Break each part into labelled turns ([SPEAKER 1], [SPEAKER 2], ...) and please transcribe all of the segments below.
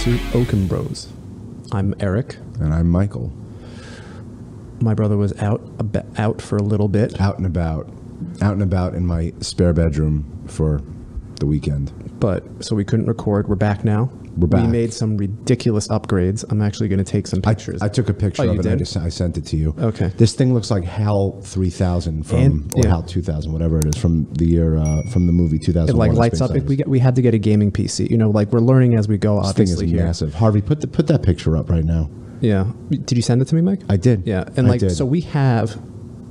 [SPEAKER 1] to Oakenbros. I'm Eric.
[SPEAKER 2] And I'm Michael,
[SPEAKER 1] My brother was out a bit- out for a little bit.
[SPEAKER 2] out and about, out and about in my spare bedroom for the weekend.
[SPEAKER 1] but so we couldn't record. We're back now.
[SPEAKER 2] We're back.
[SPEAKER 1] We made some ridiculous upgrades. I'm actually going to take some
[SPEAKER 2] I,
[SPEAKER 1] pictures.
[SPEAKER 2] I took a picture
[SPEAKER 1] Oh,
[SPEAKER 2] of
[SPEAKER 1] you
[SPEAKER 2] it. And I
[SPEAKER 1] did?
[SPEAKER 2] just I sent it to you.
[SPEAKER 1] Okay.
[SPEAKER 2] This thing looks like HAL 3000 from
[SPEAKER 1] And-
[SPEAKER 2] or
[SPEAKER 1] yeah.
[SPEAKER 2] HAL 2000, whatever it is, from the year uh, from the movie 2001.
[SPEAKER 1] it like
[SPEAKER 2] A
[SPEAKER 1] lights
[SPEAKER 2] Space
[SPEAKER 1] up. It,
[SPEAKER 2] Odyssey.
[SPEAKER 1] we, got, we had to get a gaming PC. You know, like we're learning as we go.
[SPEAKER 2] this thing is
[SPEAKER 1] Obviously here.
[SPEAKER 2] massive. Harvey, put the, put that picture up right now.
[SPEAKER 1] Yeah. Did you send it to me, Mike?
[SPEAKER 2] I did.
[SPEAKER 1] Yeah, and
[SPEAKER 2] I
[SPEAKER 1] like
[SPEAKER 2] did.
[SPEAKER 1] so we have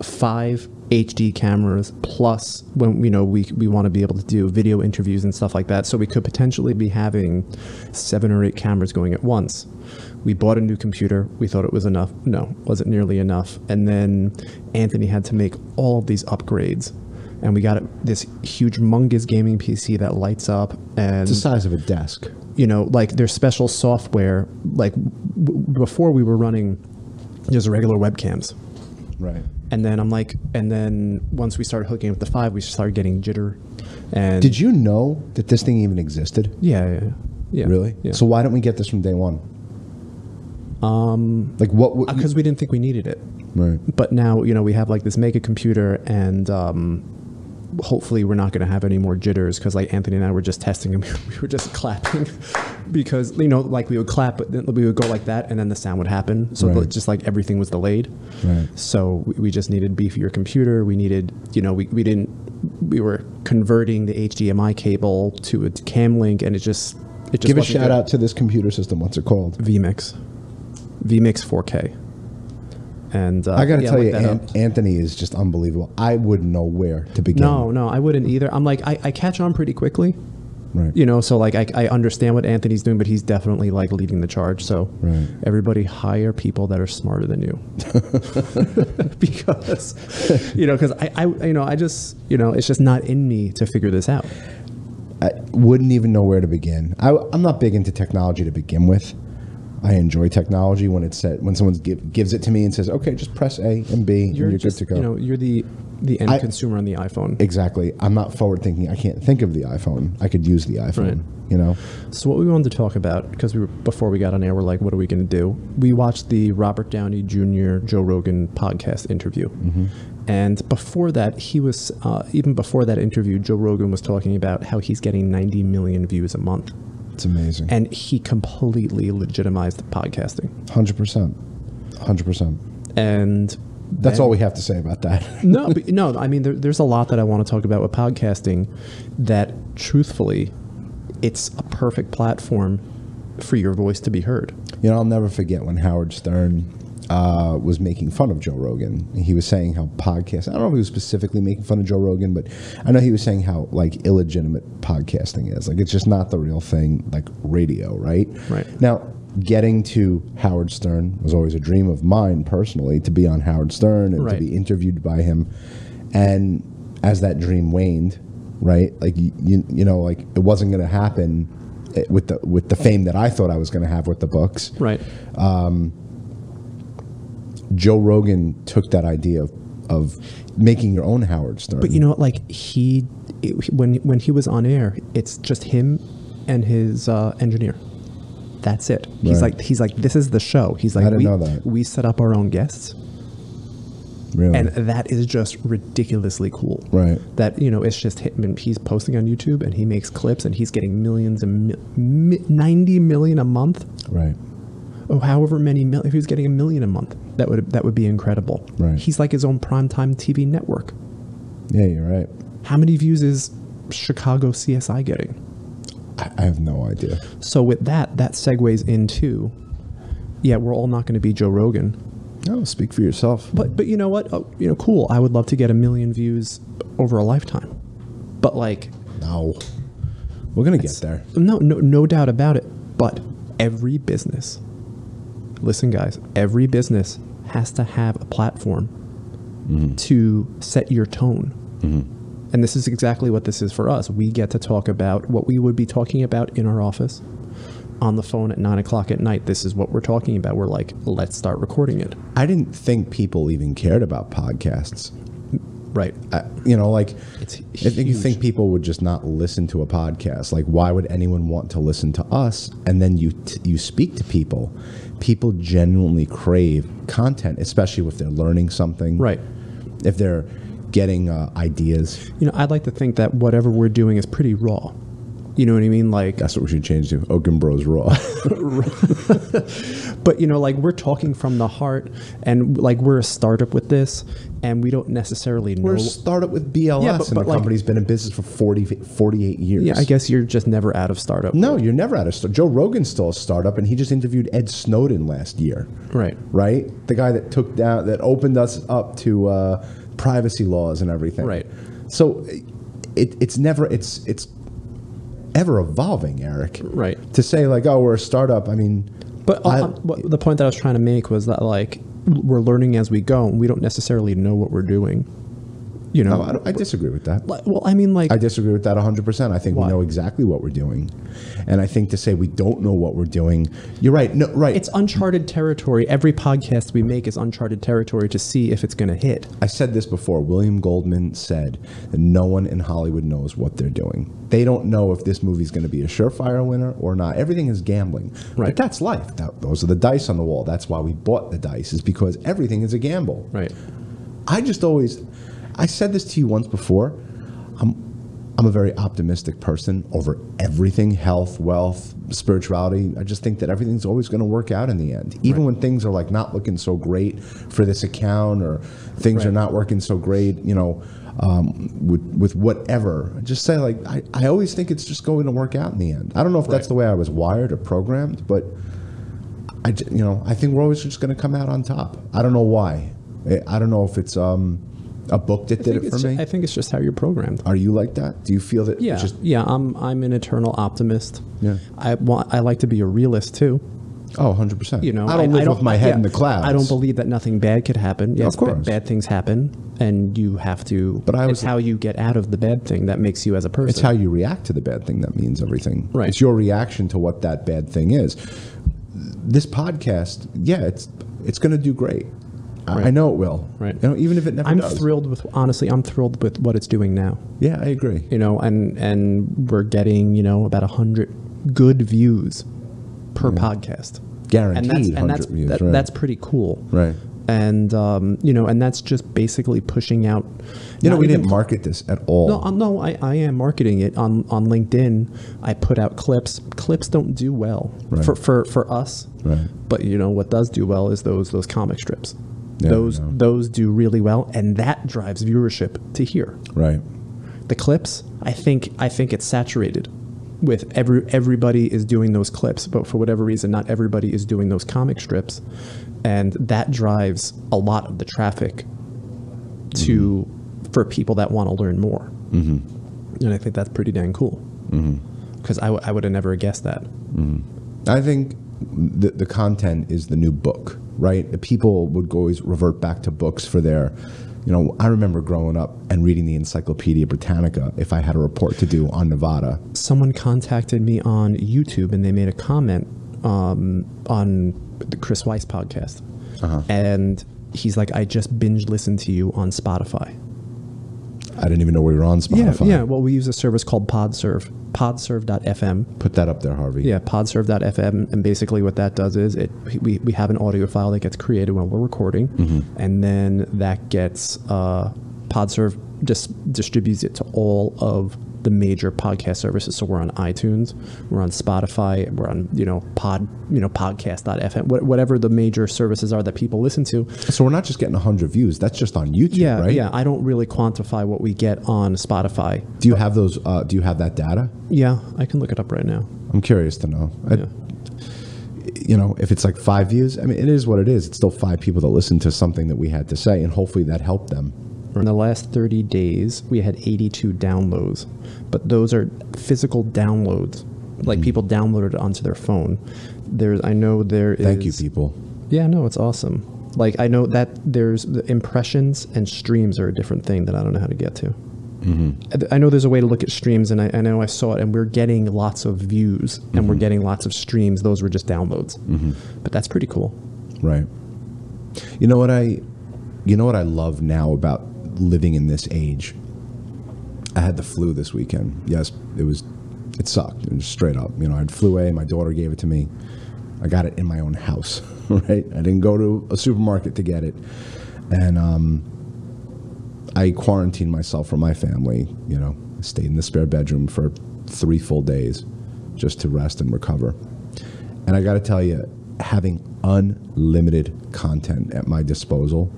[SPEAKER 1] five HD cameras plus when you know we we want to be able to do video interviews and stuff like that. So we could potentially be having seven or eight cameras going at once. We bought a new computer. We thought it was enough. No, wasn't nearly enough. And then Anthony had to make all of these upgrades. And we got this huge, mungus gaming PC that lights up, and
[SPEAKER 2] It's the size of a desk.
[SPEAKER 1] you know, like there's special software. Like w- before, we were running just regular webcams,
[SPEAKER 2] Right.
[SPEAKER 1] and then I'm like, and then once we started hooking up the five, we started getting jitter. And
[SPEAKER 2] Did you know that this thing even existed?
[SPEAKER 1] Yeah, yeah, yeah. yeah.
[SPEAKER 2] Really?
[SPEAKER 1] Yeah.
[SPEAKER 2] So why don't we get this from day one? Um, like what? would
[SPEAKER 1] because Uh, we didn't think we needed it,
[SPEAKER 2] right.
[SPEAKER 1] but now you know we have like this mega computer, and um, hopefully we're not going to have any more jitters because like Anthony and I were just testing and we were just clapping because you know like we would clap, but then we would go like that, and then the sound would happen. So
[SPEAKER 2] Right.
[SPEAKER 1] just like everything was delayed.
[SPEAKER 2] Right.
[SPEAKER 1] So we- we just needed beefier computer. We needed, you know, we, we didn't, we were converting the HDMI cable to a cam link and it just, it just
[SPEAKER 2] Give a
[SPEAKER 1] wasn't
[SPEAKER 2] shout
[SPEAKER 1] good.
[SPEAKER 2] out to this computer system. What's it called?
[SPEAKER 1] vmix, vmix 4K. And uh,
[SPEAKER 2] I gotta
[SPEAKER 1] yeah,
[SPEAKER 2] tell
[SPEAKER 1] look
[SPEAKER 2] you,
[SPEAKER 1] that
[SPEAKER 2] An-
[SPEAKER 1] up.
[SPEAKER 2] Anthony is just unbelievable. I wouldn't know where to begin.
[SPEAKER 1] no, no, I wouldn't either. I'm like, I, I catch on pretty quickly,
[SPEAKER 2] right?
[SPEAKER 1] you know, so like I, I understand what Anthony's doing, but he's definitely like leading the charge. So
[SPEAKER 2] Right.
[SPEAKER 1] everybody hire people that are smarter than you. because, you know, because I, I, you know, I just, you know, it's just not in me to figure this out.
[SPEAKER 2] I wouldn't even know where to begin. I, I'm not big into technology to begin with. I enjoy technology when it's set when someone give, gives it to me and says, "Okay, just press A and B, and
[SPEAKER 1] You're,
[SPEAKER 2] you're
[SPEAKER 1] just,
[SPEAKER 2] good to go."
[SPEAKER 1] you know, you're the, the end
[SPEAKER 2] I-
[SPEAKER 1] consumer on the iPhone.
[SPEAKER 2] exactly. I'm not forward thinking. I can't think of the iPhone. I could use the iPhone. You know,
[SPEAKER 1] So what we wanted to talk about, because we were, before we got on air, we're like, what are we going to do? We watched the Robert Downey Jr. Joe Rogan podcast interview, and before that, he was uh, even before that interview, Joe Rogan was talking about how he's getting 90 million views a month,
[SPEAKER 2] it's amazing.
[SPEAKER 1] and he completely legitimized podcasting.
[SPEAKER 2] Hundred percent. Hundred percent.
[SPEAKER 1] And
[SPEAKER 2] That's all we have to say about that.
[SPEAKER 1] no, but, no. I mean, there, there's a lot that I want to talk about with podcasting. That truthfully, it's a perfect platform for your voice to be heard.
[SPEAKER 2] You know, I'll never forget when Howard Stern uh, was making fun of Joe Rogan. He was saying how podcasts, I don't know if he was specifically making fun of Joe Rogan, but I know he was saying how like illegitimate podcasting is. Like it's just not the real thing, like radio, right?
[SPEAKER 1] Right.
[SPEAKER 2] Now, getting to Howard Stern was always a dream of mine personally to be on Howard Stern and
[SPEAKER 1] Right.
[SPEAKER 2] to be interviewed by him. And as that dream waned, right? Like you, you, you know, like it wasn't going to happen eh, with the with the fame that I thought I was going to have with the books.
[SPEAKER 1] Right.
[SPEAKER 2] Joe Rogan took that idea of, of making your own Howard Stern.
[SPEAKER 1] But you know, what, like he, it, when when he was on air, it's just him and his uh, engineer. That's it. He's
[SPEAKER 2] Right.
[SPEAKER 1] like he's like this is the show. He's like
[SPEAKER 2] didn't
[SPEAKER 1] we
[SPEAKER 2] know that.
[SPEAKER 1] we set up our own guests,
[SPEAKER 2] really,
[SPEAKER 1] and uh, that is just ridiculously cool.
[SPEAKER 2] Right.
[SPEAKER 1] That you know, it's just him. And he's posting on YouTube, and he makes clips, and he's getting millions and mil- mi- ninety million a month.
[SPEAKER 2] right?
[SPEAKER 1] Oh, however many mil- if he was getting a million a month, that would that would be incredible.
[SPEAKER 2] Right.
[SPEAKER 1] He's like his own primetime TV network.
[SPEAKER 2] Yeah, you're right.
[SPEAKER 1] How many views is Chicago CSI getting?
[SPEAKER 2] I, I have no idea.
[SPEAKER 1] So with that, that segues into, yeah, we're all not going to be Joe Rogan,
[SPEAKER 2] No, speak for yourself.
[SPEAKER 1] but but you know what? Oh, you know, cool. I would love to get a million views over a lifetime, but like,
[SPEAKER 2] No, we're gonna get there.
[SPEAKER 1] no, no, no doubt about it. But every business, listen, guys, every business has to have a platform to set your tone. And this is exactly what this is for us. We get to talk about what we would be talking about in our office on the phone at nine o'clock at night. This is what we're talking about. We're like, let's start recording it.
[SPEAKER 2] I didn't think people even cared about podcasts.
[SPEAKER 1] Right.
[SPEAKER 2] I, you know, like
[SPEAKER 1] It's
[SPEAKER 2] I think you
[SPEAKER 1] huge.
[SPEAKER 2] think people would just not listen to a podcast. Like, why would anyone want to listen to us? And then you t- you speak to people. People genuinely crave content, especially if they're learning something.
[SPEAKER 1] Right.
[SPEAKER 2] If they're getting uh, ideas.
[SPEAKER 1] You know, I'd like to think that whatever we're doing is pretty raw. You know what I mean? Like,
[SPEAKER 2] That's what we should change to. Oaken Bros Raw.
[SPEAKER 1] but you know, like we're talking from the heart, and like we're a startup with this, and we don't necessarily know.
[SPEAKER 2] We're a startup with BLS,
[SPEAKER 1] Yeah, but-
[SPEAKER 2] and
[SPEAKER 1] but,
[SPEAKER 2] the
[SPEAKER 1] like-
[SPEAKER 2] company's been in business for 40, 48 years.
[SPEAKER 1] yeah, I guess you're just never out of startup.
[SPEAKER 2] No, you're never out of startup. Joe Rogan's still a startup, and he just interviewed Ed Snowden last year.
[SPEAKER 1] Right.
[SPEAKER 2] right? The guy that took down that opened us up to uh, privacy laws and everything.
[SPEAKER 1] Right.
[SPEAKER 2] So it, it's never it's it's ever evolving, Eric.
[SPEAKER 1] Right.
[SPEAKER 2] To say like, oh, we're a startup. I mean,
[SPEAKER 1] But
[SPEAKER 2] I-
[SPEAKER 1] uh, what, the point that I was trying to make was that like we're learning as we go, and we don't necessarily know what we're doing. You know.
[SPEAKER 2] no, I, don't- Oh, I disagree with that.
[SPEAKER 1] Like, well, I mean, like
[SPEAKER 2] I disagree with that 100%. I think
[SPEAKER 1] Why?
[SPEAKER 2] we know exactly what we're doing. And I think to say we don't know what we're doing, you're right. No, right.
[SPEAKER 1] it's uncharted territory. Every podcast we make is uncharted territory to see if it's going to hit.
[SPEAKER 2] I said this before. William Goldman said that no one in Hollywood knows what they're doing. They don't know if this movie's going to be a surefire winner or not. Everything is gambling.
[SPEAKER 1] Right.
[SPEAKER 2] But that's life. That, those are the dice on the wall. That's why we bought the dice, is because everything is a gamble.
[SPEAKER 1] Right.
[SPEAKER 2] I just always, I said this to you once before. I'm, I'm a very optimistic person over everything health, wealth, spirituality. I just think that everything's always going to work out in the end. Even when things are like not looking so great for this account or things are
[SPEAKER 1] Right.
[SPEAKER 2] not working so great, you know, um, with, with whatever, just say like, I, I always think it's just going to work out in the end. I don't know if that's the way I was wired or programmed, but I, j- you know, I think we're always just going to come out on top. I don't know why. I- I don't know if it's um, a book that did
[SPEAKER 1] I think
[SPEAKER 2] it for
[SPEAKER 1] it's ju-
[SPEAKER 2] me.
[SPEAKER 1] I think it's just how you're programmed.
[SPEAKER 2] Are you like that? Do you feel that?
[SPEAKER 1] Yeah,
[SPEAKER 2] Just,
[SPEAKER 1] yeah. I'm I'm an eternal optimist.
[SPEAKER 2] Yeah.
[SPEAKER 1] I want. I like to be a realist too.
[SPEAKER 2] oh, 100 percent.
[SPEAKER 1] You know,
[SPEAKER 2] I don't
[SPEAKER 1] and
[SPEAKER 2] live with my head in
[SPEAKER 1] yeah,
[SPEAKER 2] the clouds.
[SPEAKER 1] I don't believe that nothing bad could happen. Yes,
[SPEAKER 2] of
[SPEAKER 1] ba-
[SPEAKER 2] course.
[SPEAKER 1] bad things happen, and you have to.
[SPEAKER 2] But I
[SPEAKER 1] it's
[SPEAKER 2] was-
[SPEAKER 1] how you get out of the bad thing that makes you as a person.
[SPEAKER 2] It's how you react to the bad thing that means everything.
[SPEAKER 1] Right.
[SPEAKER 2] It's your reaction to what that bad thing is. This podcast, yeah, it's it's going to do great. I I know it will.
[SPEAKER 1] Right.
[SPEAKER 2] You know, even if it never
[SPEAKER 1] I'm
[SPEAKER 2] does.
[SPEAKER 1] thrilled with honestly. I'm thrilled with what it's doing now.
[SPEAKER 2] Yeah, I agree.
[SPEAKER 1] You know, and and we're getting you know about hundred good views per podcast. and
[SPEAKER 2] Guaranteed.
[SPEAKER 1] that's and
[SPEAKER 2] 100
[SPEAKER 1] that's
[SPEAKER 2] views,
[SPEAKER 1] that,
[SPEAKER 2] right.
[SPEAKER 1] that's pretty cool.
[SPEAKER 2] right.
[SPEAKER 1] and um, you know, and that's just basically pushing out.
[SPEAKER 2] You know,
[SPEAKER 1] not
[SPEAKER 2] we
[SPEAKER 1] even-
[SPEAKER 2] didn't market this at all.
[SPEAKER 1] No, uh, no, I, I am marketing it on on LinkedIn. I put out clips. Clips don't do well
[SPEAKER 2] Right.
[SPEAKER 1] for, for for us.
[SPEAKER 2] Right.
[SPEAKER 1] But you know what does do well is those those comic strips.
[SPEAKER 2] Yeah, I
[SPEAKER 1] those
[SPEAKER 2] know.
[SPEAKER 1] those do really well, and that drives viewership to here.
[SPEAKER 2] right.
[SPEAKER 1] The clips, I think, I think it's saturated with every everybody is doing those clips, but for whatever reason, not everybody is doing those comic strips, and that drives a lot of the traffic to for people that want to learn more. Mm-hmm. And I think that's pretty dang cool because I, w- I would have never guessed that.
[SPEAKER 2] I think the, the content is the new book, right? The people would always revert back to books for their, you know, I remember growing up and reading the Encyclopedia Britannica if I had a report to do on Nevada.
[SPEAKER 1] Someone contacted me on YouTube and they made a comment um, on the Chris Weiss podcast, Uh-huh. and he's like, "I just binge listened to you on Spotify."
[SPEAKER 2] I didn't even know we were on
[SPEAKER 1] Yeah,
[SPEAKER 2] Spotify.
[SPEAKER 1] yeah. Well, we use a service called PodServe, podserve.fm.
[SPEAKER 2] Put that up there, Harvey.
[SPEAKER 1] Yeah, podserve.fm. And basically, what that does is it we, we have an audio file that gets created when we're recording, and then that gets uh, PodServe just distributes it to all of the major podcast services. So we're on iTunes, we're on Spotify, we're on you know pod you know podcast.fm, wh- whatever the major services are that people listen to.
[SPEAKER 2] So we're not just getting 100 views. That's just on YouTube,
[SPEAKER 1] Yeah,
[SPEAKER 2] right?
[SPEAKER 1] yeah. I don't really quantify what we get on Spotify.
[SPEAKER 2] Do you have those? Uh, do you have that data?
[SPEAKER 1] Yeah, I can look it up right now.
[SPEAKER 2] I'm curious to know. I,
[SPEAKER 1] Yeah.
[SPEAKER 2] you know, if it's like five views, I mean, it is what it is. It's still five people that listened to something that we had to say, and hopefully that helped them.
[SPEAKER 1] In the last 30 days, we had 82 downloads, but those are physical downloads. Like
[SPEAKER 2] Mm-hmm.
[SPEAKER 1] people downloaded it onto their phone. There's, I know there is.
[SPEAKER 2] Thank you, people.
[SPEAKER 1] Yeah, no, it's awesome. Like I know that there's the impressions and streams are a different thing that I don't know how to get to.
[SPEAKER 2] Mm-hmm.
[SPEAKER 1] I- I know there's a way to look at streams, and I, I know I saw it, and we're getting lots of views, and
[SPEAKER 2] Mm-hmm.
[SPEAKER 1] we're getting lots of streams. Those were just downloads, but that's pretty cool.
[SPEAKER 2] Right. You know what I you know what I love now about living in this age. I had the flu this weekend. Yes, it was. It sucked. It was straight up. You know, I had flu A. My daughter gave it to me. I got it in my own house. Right. I didn't go to a supermarket to get it, and um, I quarantined myself from my family. You know, stayed in the spare bedroom for three full days, just to rest and recover. And I got to tell you, having unlimited content at my disposal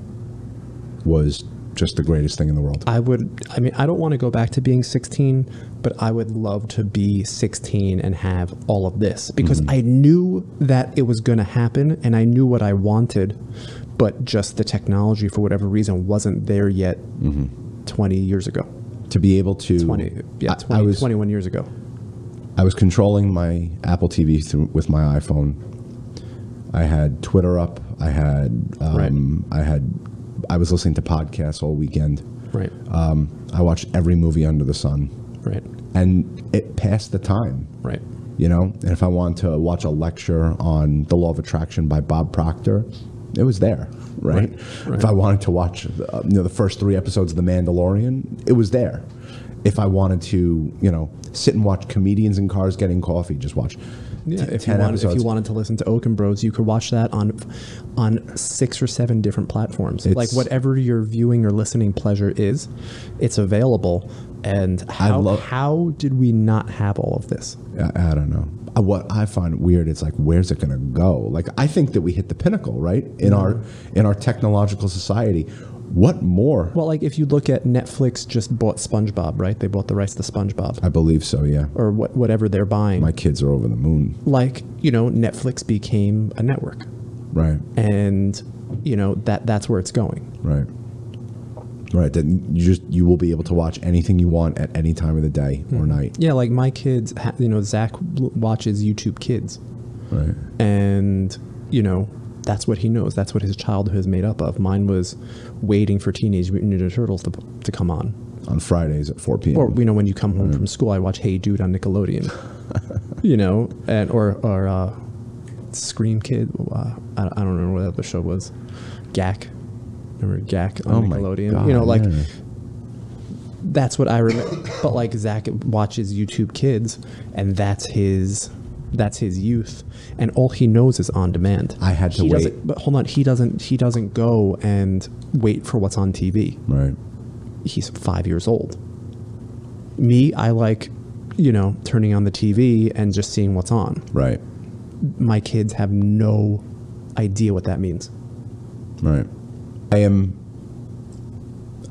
[SPEAKER 2] was just the greatest thing in the world.
[SPEAKER 1] I would. I mean, I don't want to go back to being 16, but I would love to be 16 and have all of this because
[SPEAKER 2] Mm-hmm.
[SPEAKER 1] I knew that it was going to happen and I knew what I wanted, but just the technology for whatever reason wasn't there yet. 20 years ago,
[SPEAKER 2] to be able to
[SPEAKER 1] 20, yeah,
[SPEAKER 2] Mm-hmm. I-
[SPEAKER 1] 20,
[SPEAKER 2] I, was
[SPEAKER 1] 21 years ago.
[SPEAKER 2] I was controlling my Apple TV through, with my iPhone. I had Twitter up. I had um, I had I was listening to podcasts all weekend.
[SPEAKER 1] Right.
[SPEAKER 2] Um, I watched every movie under the sun,
[SPEAKER 1] right.
[SPEAKER 2] and it passed the time.
[SPEAKER 1] Right.
[SPEAKER 2] You know, and if I wanted to watch a lecture on the law of attraction by Bob Proctor, it was there, right?
[SPEAKER 1] Right, right.
[SPEAKER 2] If I wanted to watch, uh, you know, the first three episodes of The Mandalorian, it was there. If I wanted to, you know, sit and watch comedians in cars getting coffee, just watch
[SPEAKER 1] Yeah,
[SPEAKER 2] t-
[SPEAKER 1] if you,
[SPEAKER 2] ten
[SPEAKER 1] wanted, if
[SPEAKER 2] episodes.
[SPEAKER 1] you wanted to listen to Oaken Bros, you could watch that on on six or seven different platforms. like
[SPEAKER 2] It's-
[SPEAKER 1] whatever your viewing or listening pleasure is, it's available. And how
[SPEAKER 2] love-
[SPEAKER 1] how did we not have all of this?
[SPEAKER 2] I, I don't know. Uh, What I find weird is like, where's it going to go? Like, I think that we hit the pinnacle, right, in our in our technological society. What more?
[SPEAKER 1] Well, like if you look at Netflix, just bought SpongeBob, right? They bought the rights to SpongeBob
[SPEAKER 2] I believe so. Yeah,
[SPEAKER 1] or what, whatever they're buying.
[SPEAKER 2] my kids are over the moon,
[SPEAKER 1] like you know, Netflix became a network,
[SPEAKER 2] right?
[SPEAKER 1] and you know that that's where it's going.
[SPEAKER 2] Right. Right. Then you just you will be able to watch anything you want at any time of the day or night.
[SPEAKER 1] Yeah, like my kids, ha- you know, Zach l- watches YouTube Kids.
[SPEAKER 2] Right.
[SPEAKER 1] and you know that's what he knows that's what his childhood is made up of mine was waiting for teenage mutant ninja turtles to, to come on
[SPEAKER 2] On Fridays at four p.m.
[SPEAKER 1] or you know when you come home from school i watch hey dude on nickelodeon you know and or or uh scream kid uh, I, I don't remember what that other show was gack remember gack on
[SPEAKER 2] Oh my
[SPEAKER 1] nickelodeon
[SPEAKER 2] God,
[SPEAKER 1] you know like
[SPEAKER 2] yeah.
[SPEAKER 1] that's what I remember. but like Zach watches YouTube Kids, and that's his that's his youth, and all he knows is on demand.
[SPEAKER 2] I had to
[SPEAKER 1] he
[SPEAKER 2] wait.
[SPEAKER 1] doesn't- But hold on, he doesn't he doesn't go and wait for what's on TV.
[SPEAKER 2] Right.
[SPEAKER 1] He's five years old. Me, I like you know turning on the TV and just seeing what's on.
[SPEAKER 2] Right.
[SPEAKER 1] My kids have no idea what that means.
[SPEAKER 2] Right. I am.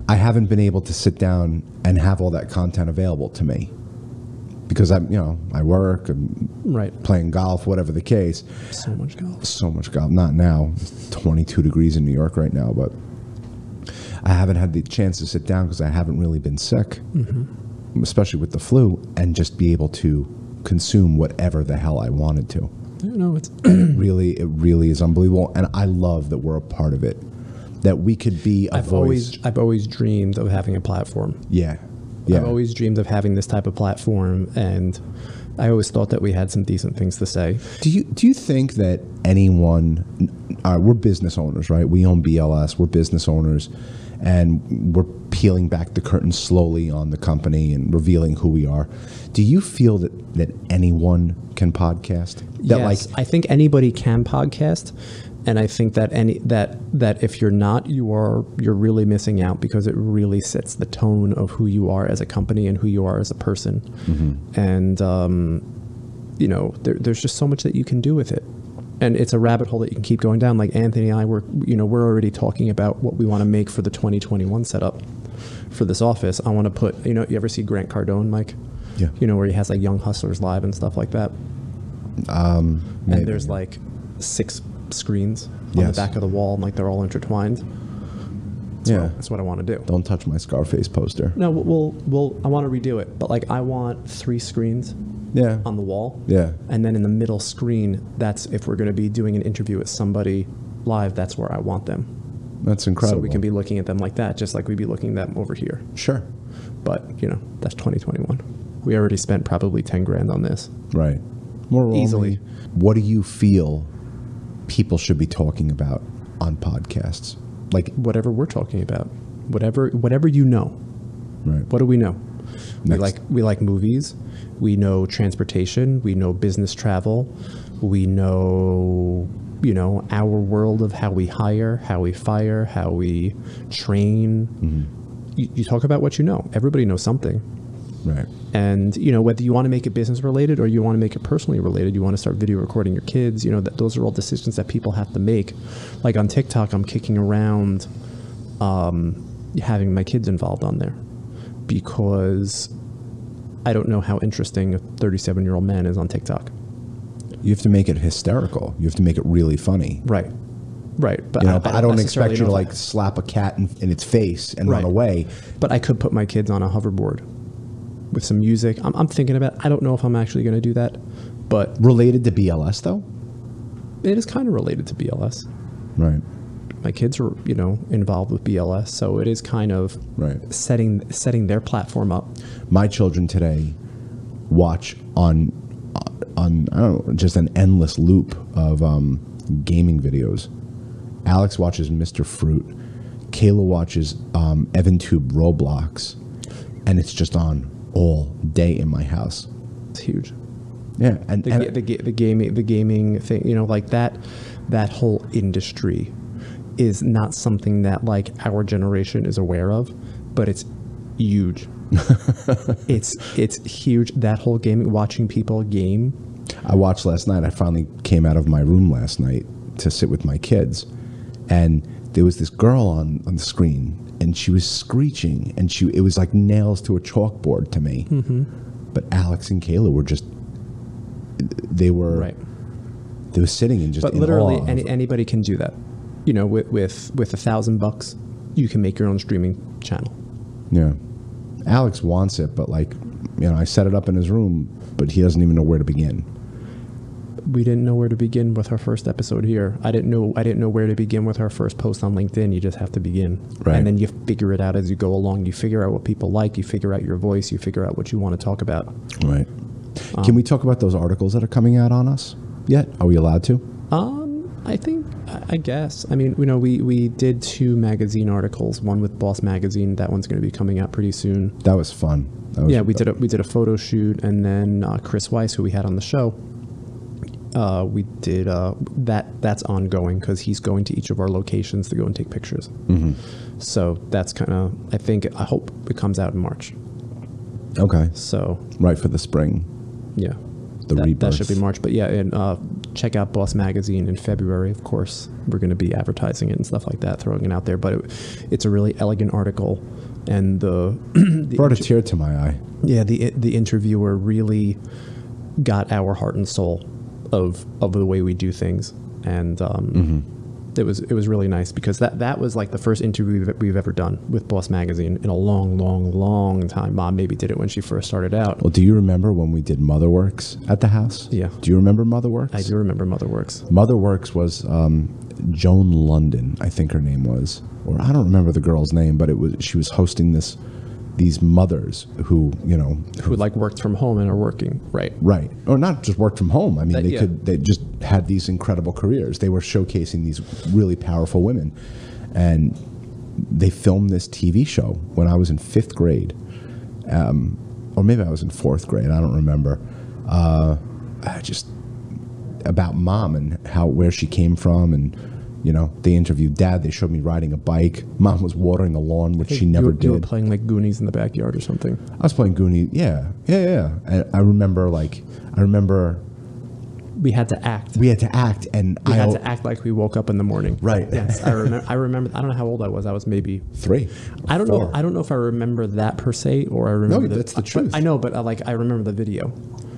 [SPEAKER 2] I haven't been able to sit down and have all that content available to me because I'm you know I work and
[SPEAKER 1] Right.
[SPEAKER 2] playing golf, whatever the case.
[SPEAKER 1] So much golf.
[SPEAKER 2] so much golf. Not now. It's 22 degrees in New York right now, but I haven't had the chance to sit down because I haven't really been sick,
[SPEAKER 1] Mm-hmm.
[SPEAKER 2] especially with the flu, and just be able to consume whatever the hell I wanted to.
[SPEAKER 1] You know, it's
[SPEAKER 2] really, it really is unbelievable, and I love that we're a part of it. That we could be a
[SPEAKER 1] I've
[SPEAKER 2] voice.
[SPEAKER 1] always I've always dreamed of having a platform.
[SPEAKER 2] yeah, yeah.
[SPEAKER 1] I've always dreamed of having this type of platform, and I always thought that we had some decent things to say.
[SPEAKER 2] Do you do you think that anyone? All right, we're business owners, right? We own BLS. We're business owners, and we're peeling back the curtain slowly on the company and revealing who we are. Do you feel that that anyone can podcast? That
[SPEAKER 1] yes,
[SPEAKER 2] like
[SPEAKER 1] I think anybody can podcast, and I think that any that that if you're not, you are you're really missing out because it really sets the tone of who you are as a company and who you are as a person,
[SPEAKER 2] Mm-hmm.
[SPEAKER 1] and um, you know there, there's just so much that you can do with it. And it's a rabbit hole that you can keep going down. Like Anthony and I were, you know, we're already talking about what we want to make for the 2021 setup for this office. I want to put, you know, you ever see Grant Cardone, Mike?
[SPEAKER 2] Yeah.
[SPEAKER 1] You know, where he has like Young Hustlers Live and stuff like that
[SPEAKER 2] maybe.
[SPEAKER 1] and there's like six screens on the
[SPEAKER 2] Yes.
[SPEAKER 1] back of the wall and like they're all intertwined
[SPEAKER 2] yeah.
[SPEAKER 1] that's what i want to do
[SPEAKER 2] Don't touch my Scarface poster.
[SPEAKER 1] no we'll, we'll, we'll i want to redo it but like i want three screens
[SPEAKER 2] Yeah.
[SPEAKER 1] on the wall
[SPEAKER 2] Yeah.
[SPEAKER 1] and then in the middle screen that's if we're going to be doing an interview with somebody live that's where i want them
[SPEAKER 2] That's incredible.
[SPEAKER 1] so we can be looking at them like that just like we'd be looking at them over here
[SPEAKER 2] sure.
[SPEAKER 1] but you know that's 2021 we already spent probably 10 grand on this
[SPEAKER 2] Right. More
[SPEAKER 1] Easily.
[SPEAKER 2] What do you feel people should be talking about on podcasts? Like
[SPEAKER 1] whatever we're talking about whatever whatever you know.
[SPEAKER 2] Right.
[SPEAKER 1] What do we know? We
[SPEAKER 2] Next.
[SPEAKER 1] like we like movies. We know transportation. We know business travel. We know you know our world of how we hire, how we fire, how we train. You, you talk about what you know. Everybody knows something.
[SPEAKER 2] Right.
[SPEAKER 1] And you know whether you want to make it business related or you want to make it personally related, you want to start video recording your kids. You know that those are all decisions that people have to make. Like on TikTok, I'm kicking around um, having my kids involved on there because I don't know how interesting a 37 year old man is on TikTok.
[SPEAKER 2] You have to make it hysterical. You have to make it really funny.
[SPEAKER 1] Right, right. But
[SPEAKER 2] You know, but I, don't
[SPEAKER 1] necessarily
[SPEAKER 2] expect you to
[SPEAKER 1] know
[SPEAKER 2] like
[SPEAKER 1] that.
[SPEAKER 2] slap a cat in, in its face and
[SPEAKER 1] Right.
[SPEAKER 2] run away.
[SPEAKER 1] But I could put my kids on a hoverboard with some music. I'm, I'm thinking about. I don't know if I'm actually going to do that, but
[SPEAKER 2] Related to BLS though,
[SPEAKER 1] it is kind of related to BLS.
[SPEAKER 2] right?
[SPEAKER 1] my kids are you know involved with BLS, so it is kind of
[SPEAKER 2] Right.
[SPEAKER 1] setting setting their platform up.
[SPEAKER 2] My children today watch on on I don't know just an endless loop of um, gaming videos. Alex watches Mr. Fruit. Kayla watches um, Evan Tube Roblox, and it's just on all day in my house.
[SPEAKER 1] It's huge.
[SPEAKER 2] Yeah, and,
[SPEAKER 1] The,
[SPEAKER 2] and-
[SPEAKER 1] ga- the, ga- the gaming the gaming thing, you know, like that that whole industry is not something that like our generation is aware of, but it's huge. it's it's huge. That whole gaming, watching people game.
[SPEAKER 2] I watched last night. I finally came out of my room last night to sit with my kids, and there was this girl on, on the screen, and she was screeching, and she it was like nails to a chalkboard to me.
[SPEAKER 1] Mm-hmm.
[SPEAKER 2] But Alex and Kayla were just they were
[SPEAKER 1] Right.
[SPEAKER 2] they were sitting and just
[SPEAKER 1] But
[SPEAKER 2] in
[SPEAKER 1] literally,
[SPEAKER 2] awe of-
[SPEAKER 1] any, anybody can do that. You know, with with with a thousand bucks, you can make your own streaming channel.
[SPEAKER 2] yeah. Alex wants it, but like you know, I set it up in his room, but he doesn't even know where to begin.
[SPEAKER 1] we didn't know where to begin with our first episode here. I didn't know I didn't know where to begin with our first post on LinkedIn. You just have to begin,
[SPEAKER 2] Right.
[SPEAKER 1] And then you figure it out as you go along. You figure out what people like. You figure out your voice. You figure out what you want to talk about.
[SPEAKER 2] Right. Can we talk about those articles that are coming out on us yet? Are we allowed to?
[SPEAKER 1] Um, I think I- I guess. I mean, you know, we we did two magazine articles. One with Boss Magazine. That one's going to be coming out pretty soon.
[SPEAKER 2] That was fun. That was
[SPEAKER 1] yeah, we did a, we did a photo shoot, and then uh, Chris Weiss, who we had on the show, uh, we did uh, that. That's ongoing because he's going to each of our locations to go and take pictures. Mm-hmm. So that's kind of I think I hope it comes out in March.
[SPEAKER 2] Okay.
[SPEAKER 1] So
[SPEAKER 2] Right for the spring.
[SPEAKER 1] yeah,
[SPEAKER 2] The
[SPEAKER 1] that, that
[SPEAKER 2] rebirth.
[SPEAKER 1] should be March. But yeah, and uh, check out Boss Magazine in February. Of course, we're going to be advertising it and stuff like that, throwing it out there. But it, it's a really elegant article, and the the
[SPEAKER 2] Brought a tear to my eye.
[SPEAKER 1] yeah the the interviewer really got our heart and soul of of the way we do things and um
[SPEAKER 2] Mm-hmm.
[SPEAKER 1] It was it was really nice because that, that was like the first interview that we've ever done with Boss Magazine in a long long long time. Mom maybe did it when she first started out.
[SPEAKER 2] Well, do you remember when we did Motherworks at the house?
[SPEAKER 1] Yeah.
[SPEAKER 2] Do you remember Motherworks?
[SPEAKER 1] I do remember Motherworks.
[SPEAKER 2] Motherworks was um, Joan London, I think her name was, or I don't remember the girl's name, but it was she was hosting this these mothers who you know
[SPEAKER 1] Who like worked from home and are working right.
[SPEAKER 2] right or not just worked from home. I mean,
[SPEAKER 1] That-
[SPEAKER 2] they
[SPEAKER 1] yeah.
[SPEAKER 2] could they just had these incredible careers. They were showcasing these really powerful women, and they filmed this TV show when I was in fifth grade. Um, or maybe I was in fourth grade. I don't remember. Uh, I just about mom and how where she came from, and you know they interviewed dad. They showed me riding a bike. Mom was watering the lawn, which she
[SPEAKER 1] You
[SPEAKER 2] never
[SPEAKER 1] were- You were
[SPEAKER 2] did.
[SPEAKER 1] playing like Goonies in the backyard or something.
[SPEAKER 2] I was playing Goonies. Yeah, yeah, yeah. And I remember like I remember
[SPEAKER 1] We had to act.
[SPEAKER 2] we had to act, and
[SPEAKER 1] We
[SPEAKER 2] I
[SPEAKER 1] had to act like we woke up in the morning.
[SPEAKER 2] Right.
[SPEAKER 1] Yes, I remember. I remember. I don't know how old I was. I was maybe
[SPEAKER 2] three.
[SPEAKER 1] I don't know.
[SPEAKER 2] four.
[SPEAKER 1] I don't know if I remember that per se, or I remember.
[SPEAKER 2] that's the
[SPEAKER 1] I- but
[SPEAKER 2] truth.
[SPEAKER 1] I know, but I, like I remember the video.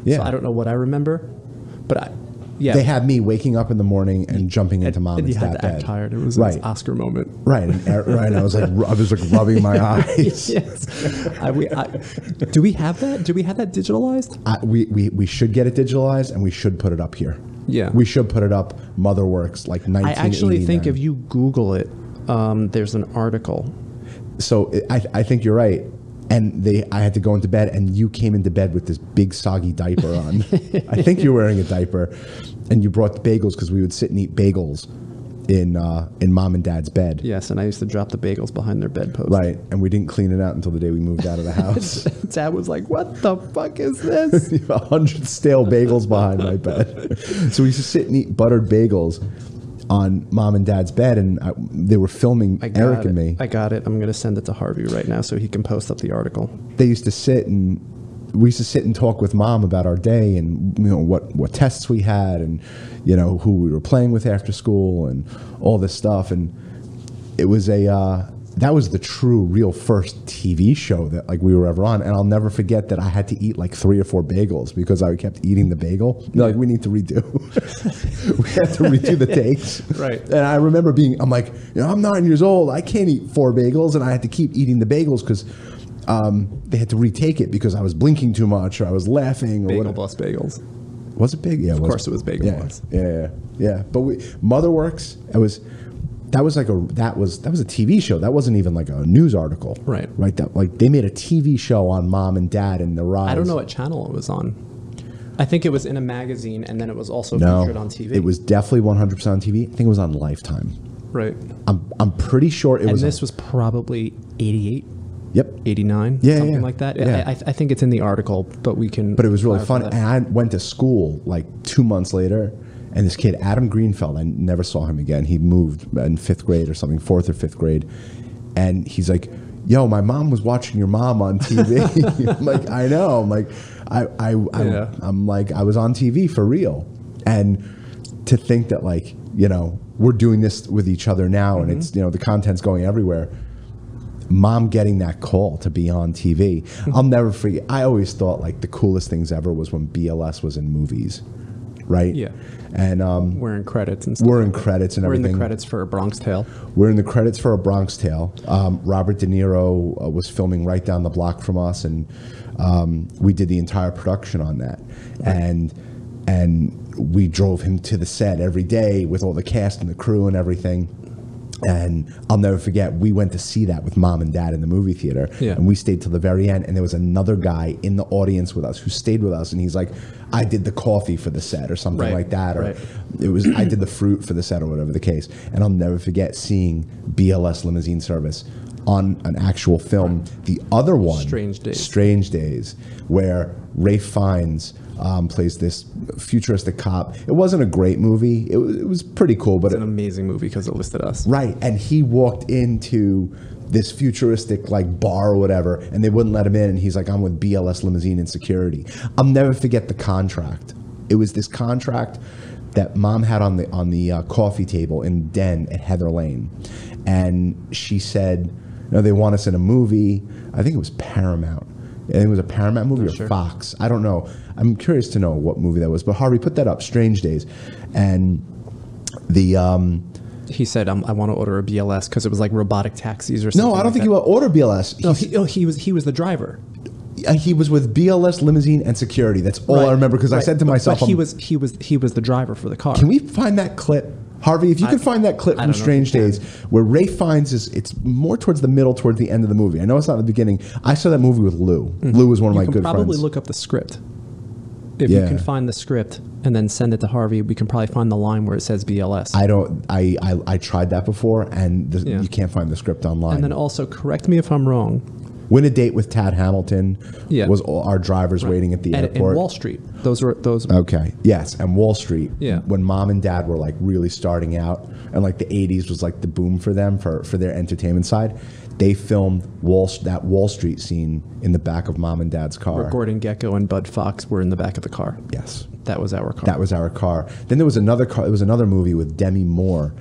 [SPEAKER 2] Yeah.
[SPEAKER 1] So I don't know what I remember, but I, yeah.
[SPEAKER 2] They had me waking up in the morning and jumping into mom
[SPEAKER 1] and
[SPEAKER 2] and
[SPEAKER 1] you had
[SPEAKER 2] dad
[SPEAKER 1] to act
[SPEAKER 2] bed.
[SPEAKER 1] tired. It was
[SPEAKER 2] right,
[SPEAKER 1] an Oscar moment.
[SPEAKER 2] right, and, er- right. And I was like, ru- I was like rubbing my eyes.
[SPEAKER 1] Yes. I, we, I, do we have that? Do we have that digitalized?
[SPEAKER 2] I, we, we we should get it digitalized and we should put it up here.
[SPEAKER 1] Yeah.
[SPEAKER 2] we should put it up. MotherWorks like
[SPEAKER 1] I
[SPEAKER 2] nineteen.
[SPEAKER 1] actually think if you Google it, um, there's an article.
[SPEAKER 2] so. I I think you're right. And they, I had to go into bed, and you came into bed with this big soggy diaper on. I think you're wearing a diaper, and you brought bagels because we would sit and eat bagels, in uh, in mom and dad's bed.
[SPEAKER 1] Yes, and I used to drop the bagels behind their bedpost.
[SPEAKER 2] Right, and we didn't clean it out until the day we moved out of the house.
[SPEAKER 1] Dad was like, "What the fuck is this?"
[SPEAKER 2] a hundred stale bagels behind my bed. So we used to sit and eat buttered bagels on mom and dad's bed, and I, they were filming
[SPEAKER 1] I got
[SPEAKER 2] Eric
[SPEAKER 1] it.
[SPEAKER 2] and me.
[SPEAKER 1] I got it. I'm gonna send it to Harvey right now so he can post up the article.
[SPEAKER 2] they used to sit and we used to sit and talk with mom about our day and you know what what tests we had and you know who we were playing with after school and all this stuff and it was a uh, that was the true real first TV show that like we were ever on and I'll never forget that I had to eat like three or four bagels because I kept eating the bagel They're like we need to redo we had to redo the takes
[SPEAKER 1] Right.
[SPEAKER 2] and I remember being, I'm like, you know, I'm nine years old. I can't eat four bagels. And I had to keep eating the bagels because um, they had to retake it because I was blinking too much or I was laughing or
[SPEAKER 1] Bagel
[SPEAKER 2] whatever.
[SPEAKER 1] Bus bagels.
[SPEAKER 2] Was it big? Yeah, of
[SPEAKER 1] course it was Bagel
[SPEAKER 2] yeah,
[SPEAKER 1] Bus.
[SPEAKER 2] Yeah, yeah, yeah. But we, Mother Works, I was. That was like a that was that was a TV show. That wasn't even like a news article,
[SPEAKER 1] Right.
[SPEAKER 2] Right. That like they made a TV show on mom and dad and the rise.
[SPEAKER 1] I don't know what channel it was on. I think it was in a magazine, and then it was also
[SPEAKER 2] No,
[SPEAKER 1] featured on TV.
[SPEAKER 2] it was definitely 100 percent on TV. I think it was on Lifetime.
[SPEAKER 1] right,
[SPEAKER 2] I'm I'm pretty sure it
[SPEAKER 1] and
[SPEAKER 2] was. on-
[SPEAKER 1] this was probably 88,
[SPEAKER 2] yep,
[SPEAKER 1] 89,
[SPEAKER 2] Yeah,
[SPEAKER 1] something
[SPEAKER 2] yeah,
[SPEAKER 1] like that.
[SPEAKER 2] yeah.
[SPEAKER 1] I, I, I think it's in the article, but we can.
[SPEAKER 2] But it was really
[SPEAKER 1] clarify
[SPEAKER 2] fun.
[SPEAKER 1] that.
[SPEAKER 2] And I went to school like two months later, and this kid, Adam Greenfeld, I never saw him again. He moved in fifth grade or something, fourth or fifth grade. And he's like, Yo, my mom was watching your mom on TV. I'm like, I know. I'm like, I, I, I
[SPEAKER 1] Yeah.
[SPEAKER 2] I'm like, I was on TV for real. And to think that, like, you know, we're doing this with each other now, and it's, you know, the content's going everywhere mom getting that call to be on TV. I'll never forget. I always thought like the coolest things ever was when BLS was in movies, right?
[SPEAKER 1] Yeah.
[SPEAKER 2] And um,
[SPEAKER 1] We're in credits and stuff.
[SPEAKER 2] we're in credits and
[SPEAKER 1] We're in the
[SPEAKER 2] everything.
[SPEAKER 1] credits for Bronx Tale.
[SPEAKER 2] We're in the credits for A Bronx Tale. Um, Robert De Niro uh, was filming right down the block from us, and um, we did the entire production on that. And and we drove him to the set every day with all the cast and the crew and everything. And I'll never forget, we went to see that with mom and dad in the movie theater.
[SPEAKER 1] Yeah.
[SPEAKER 2] And we stayed till the very end. And there was another guy in the audience with us who stayed with us. And he's like, I did the coffee for the set or something
[SPEAKER 1] Right,
[SPEAKER 2] like that. Or
[SPEAKER 1] right.
[SPEAKER 2] it was I did the fruit for the set or whatever the case, and I'll never forget seeing BLS Limousine Service on an actual film. The other one,
[SPEAKER 1] Strange Days.
[SPEAKER 2] Strange Days, where Ray Fiennes um, plays this futuristic cop. It wasn't a great movie. It was, it was pretty cool, but
[SPEAKER 1] An amazing movie because it listed us.
[SPEAKER 2] Right. And he walked into this futuristic like bar or whatever, and they wouldn't let him in. And he's like, I'm with BLS Limousine and Security. I'll never forget the contract. It was this contract that mom had on the on the uh, coffee table in Den at Heather Lane, and she said, "No, they want us in a movie. I think it was Paramount. I think it was a Paramount movie or Fox. I don't know. I'm curious to know what movie that was. But Harvey, put that up. Strange Days, and the um,
[SPEAKER 1] He said, um, "I want to order a BLS because it was like robotic taxis or something."
[SPEAKER 2] No, I don't
[SPEAKER 1] like
[SPEAKER 2] think
[SPEAKER 1] that.
[SPEAKER 2] he will order BLS.
[SPEAKER 1] No, he, oh, he was he was the driver.
[SPEAKER 2] He, uh, he was with BLS Limousine and Security. That's all I
[SPEAKER 1] Right,
[SPEAKER 2] remember because I
[SPEAKER 1] right.
[SPEAKER 2] said to
[SPEAKER 1] But-
[SPEAKER 2] myself,
[SPEAKER 1] but he
[SPEAKER 2] um,
[SPEAKER 1] was he was he was the driver for the car.
[SPEAKER 2] "Can we find that clip, Harvey? If you could find that clip
[SPEAKER 1] I
[SPEAKER 2] from
[SPEAKER 1] don't know if
[SPEAKER 2] Strange
[SPEAKER 1] we can.
[SPEAKER 2] Days, where Ray finds is it's more towards the middle, towards the end of the movie. I know it's not the beginning. I saw that movie with Lou. Lou was one of my
[SPEAKER 1] Mm-hmm. can
[SPEAKER 2] good
[SPEAKER 1] probably
[SPEAKER 2] friends.
[SPEAKER 1] look up the script. If you
[SPEAKER 2] Yeah.
[SPEAKER 1] can find the script and then send it to Harvey, we can probably find the line where it says BLS.
[SPEAKER 2] I don't. I, I I tried that before, and the,
[SPEAKER 1] Yeah.
[SPEAKER 2] you can't find the script online.
[SPEAKER 1] and then also, correct me if I'm wrong.
[SPEAKER 2] Win a date with Tad Hamilton
[SPEAKER 1] Yeah.
[SPEAKER 2] was all, our drivers waiting at the
[SPEAKER 1] And, and
[SPEAKER 2] airport. Oh,
[SPEAKER 1] Wall Street, those were those.
[SPEAKER 2] Okay. Yes, and Wall Street.
[SPEAKER 1] Yeah.
[SPEAKER 2] When mom and dad were like really starting out, and like the '80s was like the boom for them for for their entertainment side, they filmed Wall that Wall Street scene in the back of mom and dad's car.
[SPEAKER 1] Gordon Gecko and Bud Fox were in the back of the car.
[SPEAKER 2] Yes,
[SPEAKER 1] That was our car.
[SPEAKER 2] that was our car. Then there was another car. It was another movie with Demi Moore.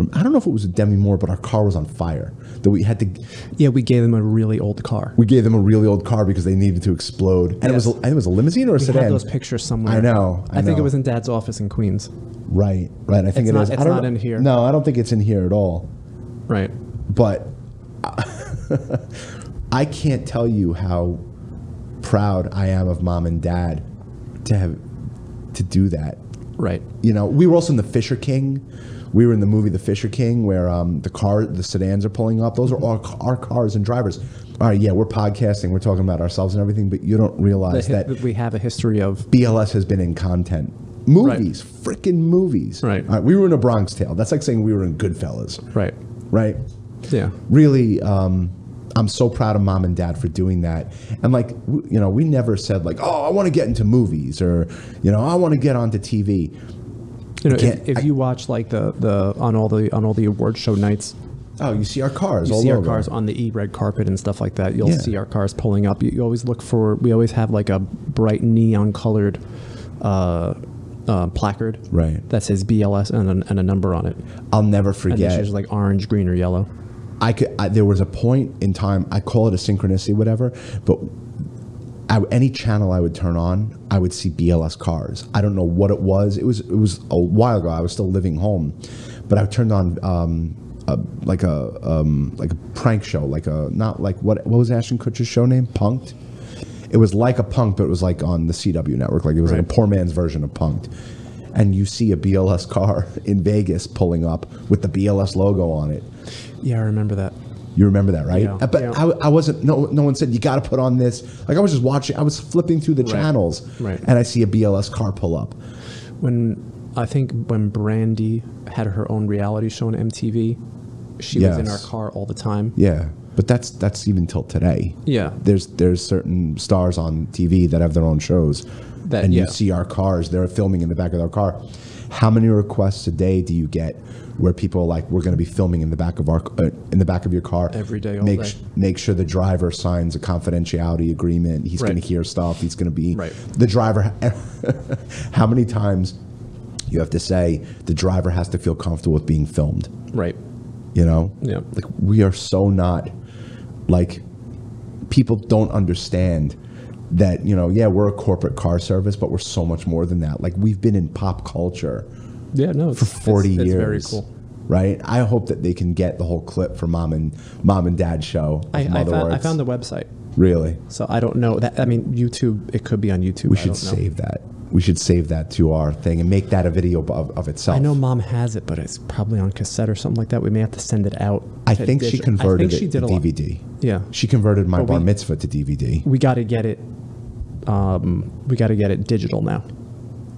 [SPEAKER 2] Um, I don't know if it was with Demi Moore, but our car was on fire. That we had to.
[SPEAKER 1] yeah, we gave them a really old car.
[SPEAKER 2] We gave them a really old car because they needed to explode, and it was
[SPEAKER 1] Yes.
[SPEAKER 2] a- and it was a limousine or a
[SPEAKER 1] We
[SPEAKER 2] sedan.
[SPEAKER 1] have those pictures somewhere.
[SPEAKER 2] I know, I
[SPEAKER 1] I, think
[SPEAKER 2] know.
[SPEAKER 1] it was in Dad's office in Queens.
[SPEAKER 2] Right, right. I think
[SPEAKER 1] It's
[SPEAKER 2] it
[SPEAKER 1] not-
[SPEAKER 2] is. I
[SPEAKER 1] it's
[SPEAKER 2] don't
[SPEAKER 1] not
[SPEAKER 2] know-
[SPEAKER 1] in here.
[SPEAKER 2] No, I don't think it's in here at all.
[SPEAKER 1] Right.
[SPEAKER 2] but I can't tell you how proud I am of mom and dad to have to do that.
[SPEAKER 1] Right.
[SPEAKER 2] You know, we were also in the Fisher King. We were in the movie The Fisher King, where um, the car, the sedans are pulling up. Those are all ca- our cars and drivers. All right, yeah, we're podcasting, we're talking about ourselves and everything, but you don't
[SPEAKER 1] The
[SPEAKER 2] realize
[SPEAKER 1] hi-
[SPEAKER 2] that
[SPEAKER 1] we have a history of
[SPEAKER 2] BLS has been in content Movies, freaking movies.
[SPEAKER 1] Right.
[SPEAKER 2] All we were in a Bronx Tale. That's like saying we were in Goodfellas,
[SPEAKER 1] Right.
[SPEAKER 2] right?
[SPEAKER 1] Yeah.
[SPEAKER 2] Really, um, I'm so proud of mom and dad for doing that. And like, w- you know, we never said like, oh, I want to get into movies or, you know, I want to get onto TV.
[SPEAKER 1] You know,
[SPEAKER 2] can't-
[SPEAKER 1] if, if
[SPEAKER 2] I-
[SPEAKER 1] you watch like the, the on all the on all the award show nights,
[SPEAKER 2] Oh, you see our cars
[SPEAKER 1] you
[SPEAKER 2] all
[SPEAKER 1] see our
[SPEAKER 2] over.
[SPEAKER 1] cars on the e-red carpet and stuff like that. You'll
[SPEAKER 2] Yeah.
[SPEAKER 1] see our cars pulling up. You, you always look for. We always have like a bright neon colored uh, uh, placard,
[SPEAKER 2] Right.
[SPEAKER 1] That says BLS and a, and a number on it.
[SPEAKER 2] I'll never
[SPEAKER 1] And it's
[SPEAKER 2] forget.
[SPEAKER 1] just like orange, green, or yellow.
[SPEAKER 2] I could. I, there was a point in time. I call it a synchronicity, whatever. But I, any channel I would turn on, I would see BLS cars. I don't know what it was. It was. It was a while ago. I was still living home, but I turned on um, a, like a um, like a prank show, like a not like what what was Ashton Kutcher's show name? Punked. It was like a punk, but it was like on the CW network. Like it was like
[SPEAKER 1] Right.
[SPEAKER 2] a poor man's version of punked. And you see a BLS car in Vegas pulling up with the BLS logo on it.
[SPEAKER 1] Yeah, I remember that.
[SPEAKER 2] You remember that, right?
[SPEAKER 1] Yeah.
[SPEAKER 2] Uh, But
[SPEAKER 1] Yeah.
[SPEAKER 2] I, I wasn't. No, no one said you got to put on this. Like I was just watching. I was flipping through the channels,
[SPEAKER 1] Right.
[SPEAKER 2] and I see a BLS car pull up.
[SPEAKER 1] When I think when Brandy had her own reality show on MTV, she was in our
[SPEAKER 2] Yes.
[SPEAKER 1] car all the time.
[SPEAKER 2] Yeah, but that's that's even till today.
[SPEAKER 1] Yeah.
[SPEAKER 2] there's there's certain stars on TV that have their own shows,
[SPEAKER 1] That-
[SPEAKER 2] and you
[SPEAKER 1] yeah.
[SPEAKER 2] see our cars. They're filming in the back of their car. How many requests a day do you get where people are like, "We're going to be filming in the back of our uh, in the back of your car
[SPEAKER 1] Every day, all
[SPEAKER 2] Make
[SPEAKER 1] day.
[SPEAKER 2] sh- make sure the driver signs a confidentiality agreement. He's going
[SPEAKER 1] Right.
[SPEAKER 2] to hear stuff. He's going to be
[SPEAKER 1] Right.
[SPEAKER 2] the driver. how many times you have to say the driver has to feel comfortable with being filmed?
[SPEAKER 1] Right.
[SPEAKER 2] You know,
[SPEAKER 1] Yeah.
[SPEAKER 2] like we are so not like people don't understand that you know yeah we're a corporate car service but we're so much more than that like we've been in pop culture
[SPEAKER 1] Yeah. No.
[SPEAKER 2] for 40
[SPEAKER 1] it's,
[SPEAKER 2] years
[SPEAKER 1] It's very cool.
[SPEAKER 2] right i hope that they can get the whole clip for mom and mom and dad show of
[SPEAKER 1] I, I,
[SPEAKER 2] Mother
[SPEAKER 1] found, I
[SPEAKER 2] Earth's.
[SPEAKER 1] found the website,
[SPEAKER 2] really
[SPEAKER 1] so I don't know that. I mean, YouTube. It could be on YouTube.
[SPEAKER 2] we
[SPEAKER 1] I
[SPEAKER 2] should
[SPEAKER 1] don't know.
[SPEAKER 2] save that we should save that to our thing and make that a video of, of itself
[SPEAKER 1] I know mom has it, but it's probably on cassette or something like that. We may have to send it out.
[SPEAKER 2] I
[SPEAKER 1] to
[SPEAKER 2] think she
[SPEAKER 1] digi-
[SPEAKER 2] converted
[SPEAKER 1] I think she
[SPEAKER 2] it
[SPEAKER 1] did
[SPEAKER 2] to
[SPEAKER 1] a lot.
[SPEAKER 2] dvd
[SPEAKER 1] Yeah,
[SPEAKER 2] she converted my
[SPEAKER 1] But we-
[SPEAKER 2] bar mitzvah to dvd
[SPEAKER 1] we got to get it. Um, we got to get it digital now.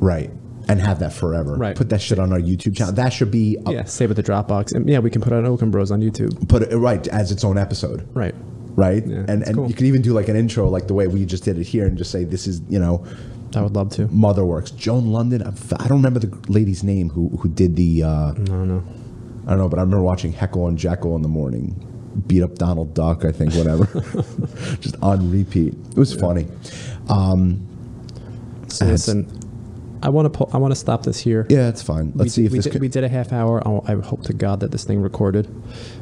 [SPEAKER 2] right and have that forever
[SPEAKER 1] Right.
[SPEAKER 2] put that shit on our youtube channel that should be up,
[SPEAKER 1] Yeah, save it the Dropbox, and yeah, we can put it on Oaken Bros on YouTube.
[SPEAKER 2] put it right as its own episode
[SPEAKER 1] Right.
[SPEAKER 2] right?
[SPEAKER 1] Yeah,
[SPEAKER 2] and
[SPEAKER 1] it's
[SPEAKER 2] and
[SPEAKER 1] cool.
[SPEAKER 2] you can even do like an intro, like the way we just did it here, and just say this is you know,
[SPEAKER 1] I would love to.
[SPEAKER 2] MotherWorks, Joan London. I'm f- I don't remember the lady's name who who did the uh,
[SPEAKER 1] I don't know.
[SPEAKER 2] I don't know, but I remember watching Heckle and Jekyll in the morning, beat up Donald Duck, I think, whatever, just on repeat. It was funny. Um,
[SPEAKER 1] So
[SPEAKER 2] Ads.
[SPEAKER 1] listen, I want to. Po- I want to stop this here.
[SPEAKER 2] yeah, it's fine. Let's
[SPEAKER 1] we,
[SPEAKER 2] see if
[SPEAKER 1] we
[SPEAKER 2] this.
[SPEAKER 1] did,
[SPEAKER 2] could-
[SPEAKER 1] we did a half hour. I'll- I hope to God that this thing recorded,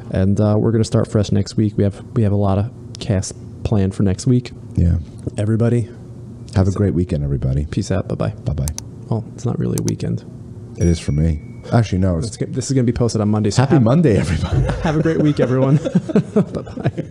[SPEAKER 1] and uh, we're gonna start fresh next week. We have we have a lot of casts planned for next week.
[SPEAKER 2] yeah.
[SPEAKER 1] Everybody,
[SPEAKER 2] Have a great weekend, everybody.
[SPEAKER 1] peace out. Bye bye.
[SPEAKER 2] Bye bye.
[SPEAKER 1] Well, it's not really a weekend.
[SPEAKER 2] It is for me. Actually, no. It's
[SPEAKER 1] It's, go- this is going to be posted on Monday. So
[SPEAKER 2] happy
[SPEAKER 1] have,
[SPEAKER 2] Monday, everybody.
[SPEAKER 1] have a great week, everyone. bye bye.